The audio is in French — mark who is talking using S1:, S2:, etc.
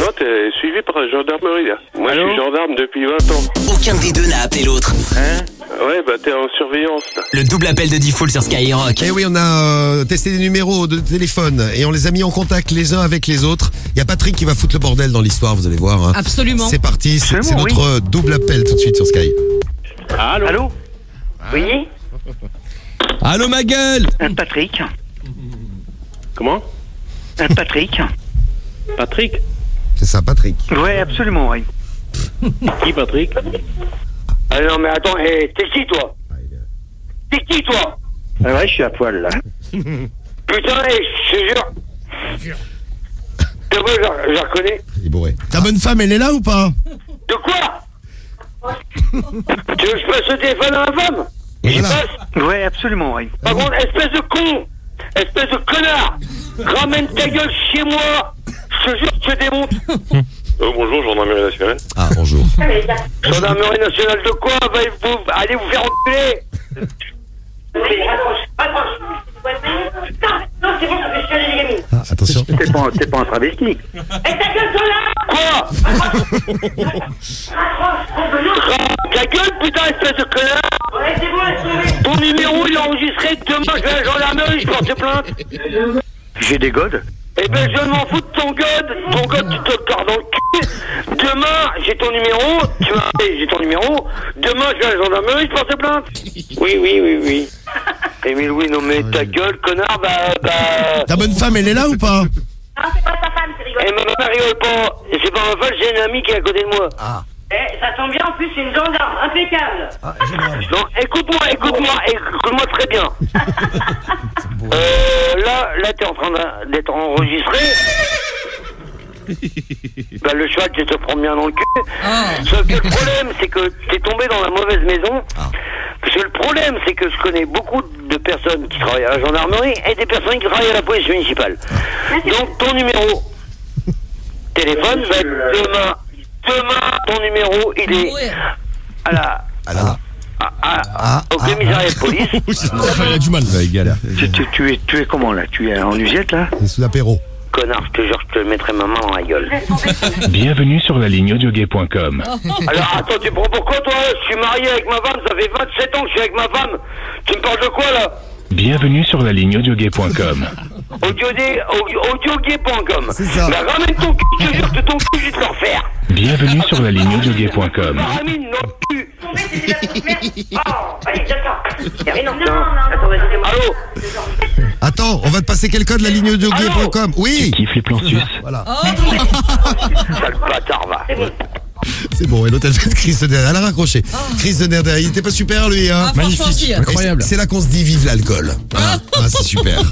S1: vote est suivi par la gendarmerie. là. Moi, je suis gendarme depuis 20 ans.
S2: Aucun des deux n'a appelé l'autre.
S1: Ouais, bah t'es en surveillance. là.
S2: Le double appel de Diffoul sur Skyrock.
S3: Eh oui, on a euh, testé des numéros de téléphone et on les a mis en contact les uns avec les autres. Il y a Patrick qui va foutre le bordel dans l'histoire, vous allez voir. hein.
S4: Absolument.
S3: C'est parti, c'est c'est
S5: Absolument, oui.
S3: notre euh, double appel tout de suite sur Sky.
S5: Allô,
S6: Oui,
S2: Allô ma gueule
S6: un Patrick.
S1: Comment
S6: Un Patrick.
S1: Patrick
S3: C'est ça, Patrick.
S6: Ouais, absolument, oui.
S1: Qui, Patrick
S7: Ah non, mais attends, hé, t'es qui toi T'es qui toi
S6: Ah ouais, je suis à poil là.
S7: Putain, hé, je te jure. De moi, je la- je la reconnais.
S3: Il est bourré.
S8: Ta bonne femme, elle est là ou pas
S7: De quoi Tu veux que je passe le téléphone à ma femme Je
S3: Voilà.
S7: passe
S6: Ouais, absolument, oui.
S7: Par contre, espèce de con Espèce de connard Ramène ta gueule chez moi Je te jure, je te démonte
S1: Oh, Bonjour, gendarmerie nationale.
S3: Ah, bonjour.
S7: Gendarmerie nationale de quoi Va- vous- Allez vous faire enculer
S3: Ah, attention.
S6: T'es pas, t'es pas un travesti.
S7: Quoi Ramène Ta gueule, putain, espèce de connard Ton numéro, il est enregistré. Demain, je vais à la gendarmerie, je porte plainte.
S6: J'ai des godes.
S7: Eh ben, je m'en fous de ton god. Ton god, tu te le gardes dans le cul. Demain, j'ai ton numéro. Tu m'as appelé, j'ai ton numéro. Demain, je vais à la gendarmerie, je porte plainte. Oui, oui, oui, oui. Émile, oui, non, mais ta gueule, connard, bah, bah.
S8: Ta bonne femme, elle est là ou pas
S9: Non, c'est pas ta femme qui rigole.
S7: Eh, ma maman rigole pas. C'est pas ma faute, j'ai une amie qui est à côté de moi.
S9: Eh, ça tombe bien, en plus, c'est une gendarme. Impeccable.
S7: Non, écoute-moi, écoute-moi, écoute-moi très bien. Euh, là, là, t'es en train d'en- d'être enregistré. bah, le cheval, tu te prends bien dans le cul. Sauf que le problème, c'est que t'es tombé dans la mauvaise maison. Parce que le problème, c'est que je connais beaucoup de personnes qui travaillent à la gendarmerie et des personnes qui travaillent à la police municipale. Donc, ton numéro téléphone va être demain. Demain, ton numéro, il est à la...
S3: Ah,
S7: à- à-
S8: Ah,
S7: au commissariat de police.
S8: Elle a du mal.
S3: il galère.
S6: Tu, tu- tu es, tu es comment là Tu es en usette là
S3: C'est sous l'apéro.
S7: Connard, je te jure, je te mettrai ma main dans la gueule.
S10: Bienvenue sur la ligne audiogay.com.
S7: Alors attends, tu prends pourquoi toi Je suis marié avec ma femme, ça fait 27 ans que je suis avec ma femme. Tu me parles de quoi là
S10: Bienvenue sur la ligne audiogay.com.
S7: Audiodé- audio- Audiogay.com.
S3: C'est ça.
S7: Bah, ramène ton cul, je te jure que ton cul, je vais te le refaire.
S10: Bienvenue sur la ligne
S3: Euh.
S10: audiogay.com.
S7: Ramène non cul.
S9: Tombée, c'est déjà trop merde. Oh, allez, d'accord. Mais non, non, non,
S7: Attends, vas-y,
S9: non.
S7: Allô
S3: Attends, on va te passer quel code la ligne de gay.com Oui
S10: Kiffe les plans sus.
S7: Sale bâtard, va.
S3: C'est bon, et l'autre elle fait de crise de nerfs. Elle a raccroché. Crise de nerfs, il était pas super lui, hein
S4: Ah, franchement, si.
S3: Et c'est- C'est là qu'on se dit vive l'alcool. Ah, ah, c'est super.